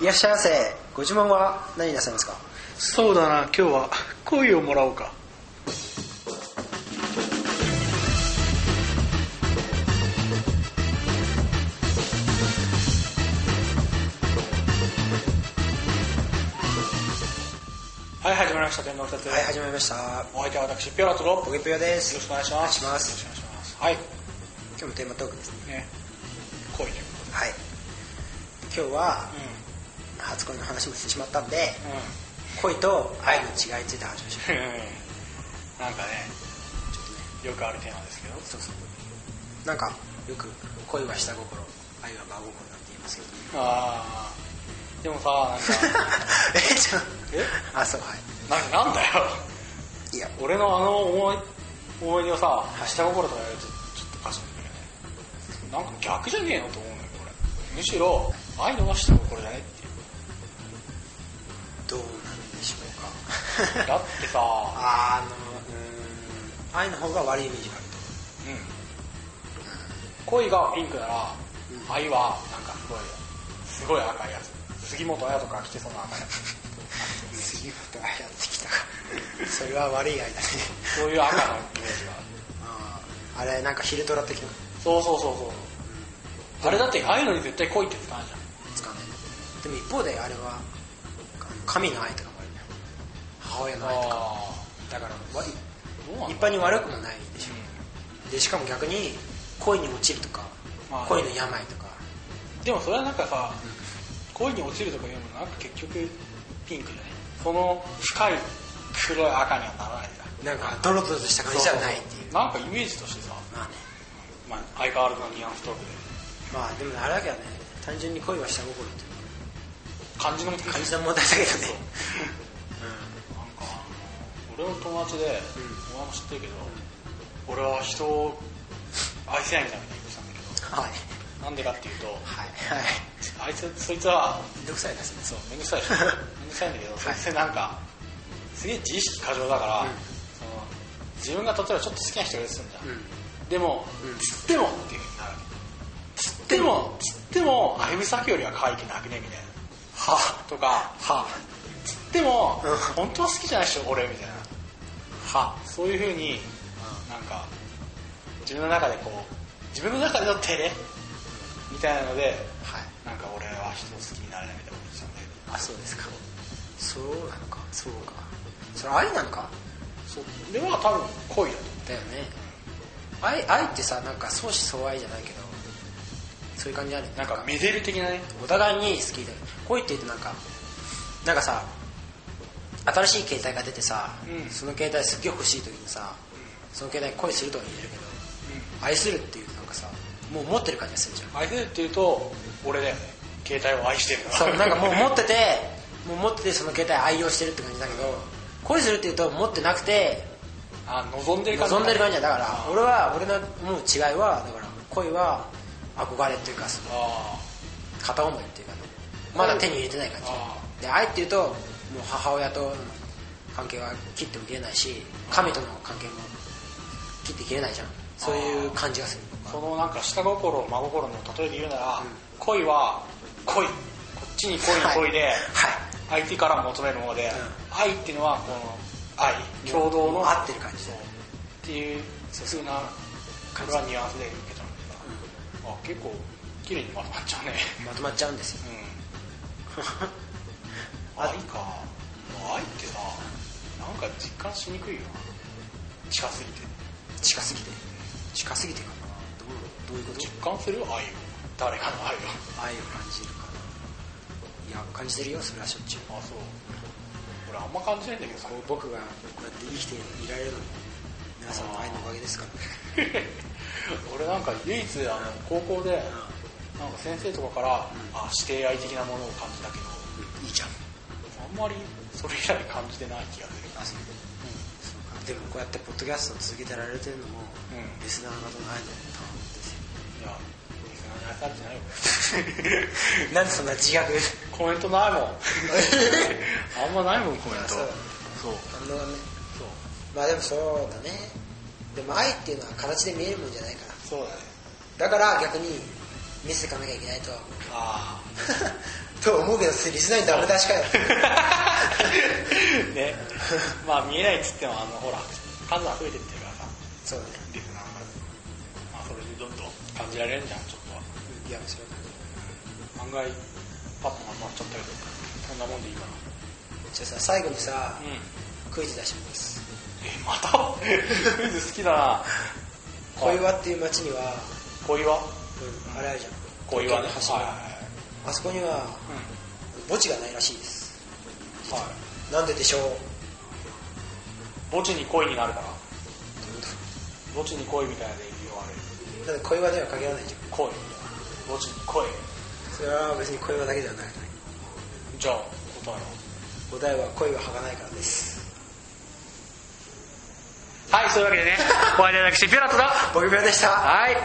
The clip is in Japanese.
いらっしゃいませご注文は何なさいますかそうだな今日は恋をもらおうかはい始まりました天の二つ、はい始まりましたお相手は私ピョラトロよボゲぷよでろすしくお願いしますお願いしますよろしくお願いしますはい今日もテーマトークですねね恋というこはい今日はとで初恋の話もしてしまったんでうんう恋んと愛の違いについて話をしましょうんなんかねよくあるテーマですけうどそうそうなんかよく恋は下心愛は真心なんて言います けどああでもさなんかえちょっえとあそうはなんかなんだよいいや俺のあの思い思い出をさ下心とか言われるとちょっとおかしいんだよねなんか逆じゃねえのと思うんだけど俺むしろ愛のが下心じゃねっていうどうなんでしょうか だってさあのうーん愛の方が悪いイメージがあるうん恋がピンクならうん愛はなんかすごいすごい赤いやつ杉本彩とか着てそうな赤いやつと杉本がやってきたかそれは悪 い愛だねそういう赤のイメージがあるあーあれなんか昼ドラ的なそうそうそうそうあれだってああいうのに絶対恋って使うじゃんつかないでも一方であれはあの神の愛とかもあるね母親の愛とかだからわいどうなん一だ般に悪くもないでしょでしかも逆に恋に落ちるとかまあ恋の病とかでもそれはなんかさ恋に落ちるとかいうのなんか結局ピンクじゃないその深い黒い赤にはならないじゃんなんかドロドロした感じじゃないっていうなんかイメージとしてさ、まあねまあ、相変わらずのニュアンストークでまあでもあれだけどね単純に恋は下心っていう感じの感感じの問題だけどねなんか俺の友達で、お前も知ってるけど、俺は人を愛せないみたいなこと言ってたんだけはいどなんでかっていうとはいはいあいつそいつはめんどくさいですねそうめんどくさいで しょめんどくさいんだけどそれってなんかすげえ自意識過剰だから、うんその自分が例えばちょっと好きな人がいるとするんじゃん、うんでも、うんつってもっていうふうになるわけつってもつっても歩み先よりは可愛くなくねみたいなはとかはつっても、うん本当は好きじゃないでしょ俺みたいなはそういうふうになんか自分の中でこう自分の中での照れみたいなのではいなんか俺は人を好きになれないみたいなこと言ってたんだけどあそうですかそうなのかそうかそれ愛なのかそれは多分恋だとだよね愛愛ってさなんか相思相愛じゃないけどそういう感じあるよねなんかめでる的なねお互いに好きで恋って言うとなんかなんかさ新しい携帯が出てさ、うんその携帯すっげえ欲しい時にさその携帯に恋するとは言えるけど愛するっていうとなんかさもう持ってる感じがするじゃん愛するっていうと俺だよね携帯を愛してるそうなんかもう持っててもう持っててその携帯愛用してるって感じだけど恋するっていうと持ってなくて あ望んでる感じ望んでる感じだだからあ俺は俺の思う違いはだから恋は憧れっていうかそのあ片思いっていうかねまだ手に入れてない感あじで愛っていうともう母親との関係は切っても切れないし神との関係も切って切れないじゃんそういう感じがするそのなんか下心を真心の例えで言うなら、恋は恋こっちに恋に恋で、はい相手から求めるもので、愛っていうのはこの愛共同もうの合ってる感じそうっていう普通なこれはニュアンスで受けたんだけど、あ結構綺麗にまとまっちゃ うねまとまっちゃうんですよ 愛か愛ってさなんか実感しにくいよな近すぎて近すぎて近すぎてかなどうどういうこと実感する愛を誰かの愛を愛を感じるかないや感じてるよそれはしょっちゅうあそう俺あんま感じないんだけど さこう僕がこうやって生きていられるのも皆さんの愛のおかげですからね俺なんか唯一あの高校でなんか先生とかから、あ指定愛的なものを感じたけどいいじゃんあんまりそれ以来感じてない気がするあそうそうかでもこうやってポッドキャストを続けてられてるのも、うんリスナーの方の愛の賜物ですよいやリスナーに愛されてない よなんでそんな自虐 コメントない もんあんまないもんコメントそうそう反応がねそうまあでもそうだねでも愛っていうのは形で見えるもんじゃないからそうだねだから逆に見せていかなきゃいけないとは思うあそ と思うけどリスナーにダメ出しかよ ねまあ見えないっつってもあのほら数は増えてってるからさそうだねリスナーがまあそれでどんどん感じられるじゃんちょっとはいやそれ案外パッとまとまっちゃったけどこんなもんでいいかなじゃあさ最後にさ、うんクイズ出しますえまたクイズ好きだな小岩っていう町には、小岩うんあれあるじゃん小岩ね東京の橋があそこにはうん墓地がないらしいですはいなんででしょう墓地に恋になるから墓地に恋みたいなで言われるだって小岩では限らないじゃん恋墓地に恋それは別に小岩だけではないじゃあ答えは答えは恋は儚いからです はいそういうわけでねお会いいただきしピュラットだボケ部屋でしたはい